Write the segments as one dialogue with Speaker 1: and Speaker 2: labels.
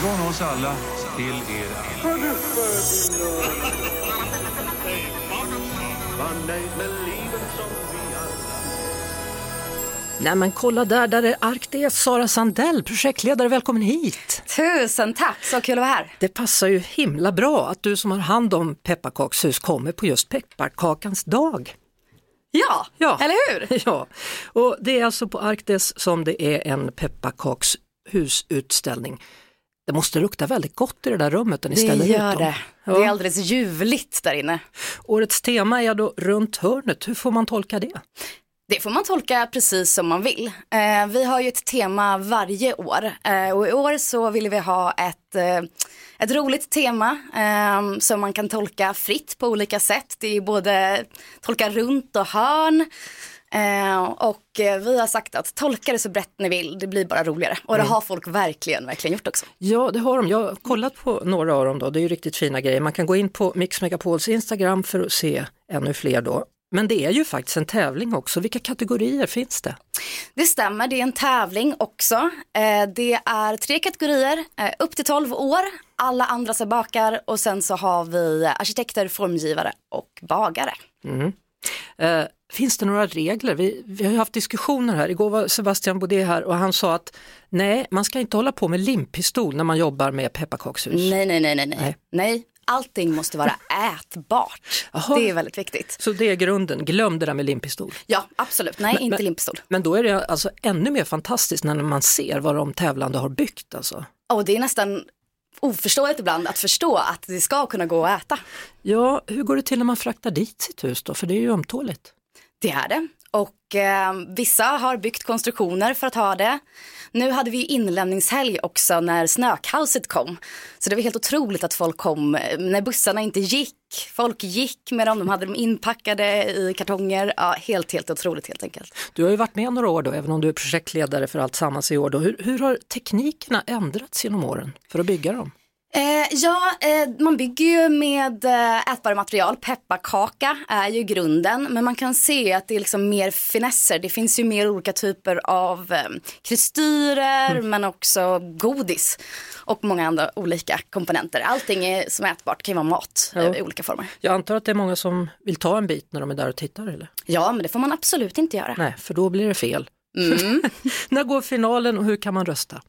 Speaker 1: Från oss alla till er alla.
Speaker 2: Nej men kolla där, där är Arktis, Sara Sandell, projektledare, välkommen hit!
Speaker 3: Tusen tack, så kul att vara här.
Speaker 2: Det passar ju himla bra att du som har hand om pepparkakshus kommer på just pepparkakans dag.
Speaker 3: Ja,
Speaker 2: Ja.
Speaker 3: eller hur?
Speaker 2: Ja, och det är alltså på Arktis som det är en pepparkakshusutställning. Det måste lukta väldigt gott i det där rummet där ni ställer ut dem. Ja.
Speaker 3: Det är alldeles ljuvligt där inne.
Speaker 2: Årets tema är då runt hörnet, hur får man tolka det?
Speaker 3: Det får man tolka precis som man vill. Eh, vi har ju ett tema varje år eh, och i år så ville vi ha ett, eh, ett roligt tema eh, som man kan tolka fritt på olika sätt. Det är ju både tolka runt och hörn. Eh, och eh, vi har sagt att tolka det så brett ni vill, det blir bara roligare. Och
Speaker 2: Mm.
Speaker 3: det har folk verkligen, verkligen gjort också.
Speaker 2: Ja, det har de. Jag har kollat på några av dem då. Det är ju riktigt fina grejer. Man kan gå in på Mix Megapols Instagram för att se ännu fler då. Men det är ju faktiskt en tävling också. Vilka kategorier finns det?
Speaker 3: Det stämmer, det är en tävling också. Eh, det är tre kategorier, eh, upp till 12 år, alla andra som bakar och sen så har vi arkitekter, formgivare och bagare.
Speaker 2: Eh, finns det några regler? Vi, vi har ju haft diskussioner här. Igår var Sebastian Boudet här och han sa att nej, man ska inte hålla på med limpistol när man jobbar med pepparkakshus.
Speaker 3: Nej, nej, nej, nej,
Speaker 2: Nej.
Speaker 3: nej. nej. Allting måste vara ätbart.
Speaker 2: Jaha.
Speaker 3: Det är väldigt viktigt.
Speaker 2: Så det är grunden. Glöm det där med limpistol.
Speaker 3: Ja, absolut. Nej, inte
Speaker 2: men-
Speaker 3: limpistol.
Speaker 2: Men då är det alltså ännu mer fantastiskt när man ser vad de tävlande har byggt alltså.
Speaker 3: Och det är nästan oförståeligt ibland att förstå att det ska kunna gå att äta.
Speaker 2: Ja, hur går det till när man fraktar dit sitt hus då? För det är ju ömtåligt.
Speaker 3: Det är det. Och eh, vissa har byggt konstruktioner för att ha det. Nu hade vi ju inlämningshelg också när snökaoset kom. Så det var helt otroligt att folk kom eh, när bussarna inte gick. Folk gick med dem, de hade dem inpackade i kartonger. Ja, helt, helt otroligt helt enkelt.
Speaker 2: Du har ju varit med några år då, även om du är projektledare för allt sammans i år. Då. Hur, hur har teknikerna ändrats genom åren för att bygga dem?
Speaker 3: Eh, ja, eh, man bygger ju med eh, ätbara material. Pepparkaka är ju grunden. Men man kan se att det är liksom mer finesser. Det finns ju mer olika typer av eh, kristyrer men också godis. Och många andra olika komponenter. Allting är, som är ätbart kan ju vara mat eh, i olika former.
Speaker 2: Jag antar att det är många som vill ta en bit när de är där och tittar eller?
Speaker 3: Ja, men det får man absolut inte göra.
Speaker 2: Nej, för då blir det fel. när går finalen och hur kan man rösta?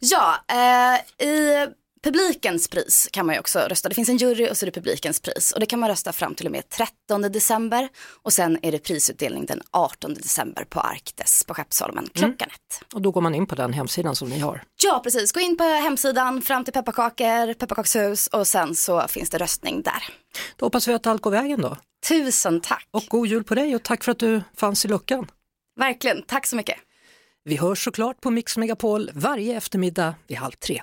Speaker 3: Ja, eh, i publikens pris kan man ju också rösta. Det finns en jury och så är det publikens pris. Och det kan man rösta fram till och med 13 december. Och sen är det prisutdelning den 18 december på Arktis på Skeppsholmen klockan ett.
Speaker 2: Och då går man in på den hemsidan som ni har.
Speaker 3: Ja, precis. Gå in på hemsidan, fram till pepparkakor, pepparkakshus och sen så finns det röstning där.
Speaker 2: Då hoppas vi att allt går vägen då.
Speaker 3: Tusen tack.
Speaker 2: Och god jul på dig och tack för att du fanns i luckan.
Speaker 3: Verkligen, tack så mycket.
Speaker 2: Vi hörs såklart på Mix Megapol varje eftermiddag vid halv tre.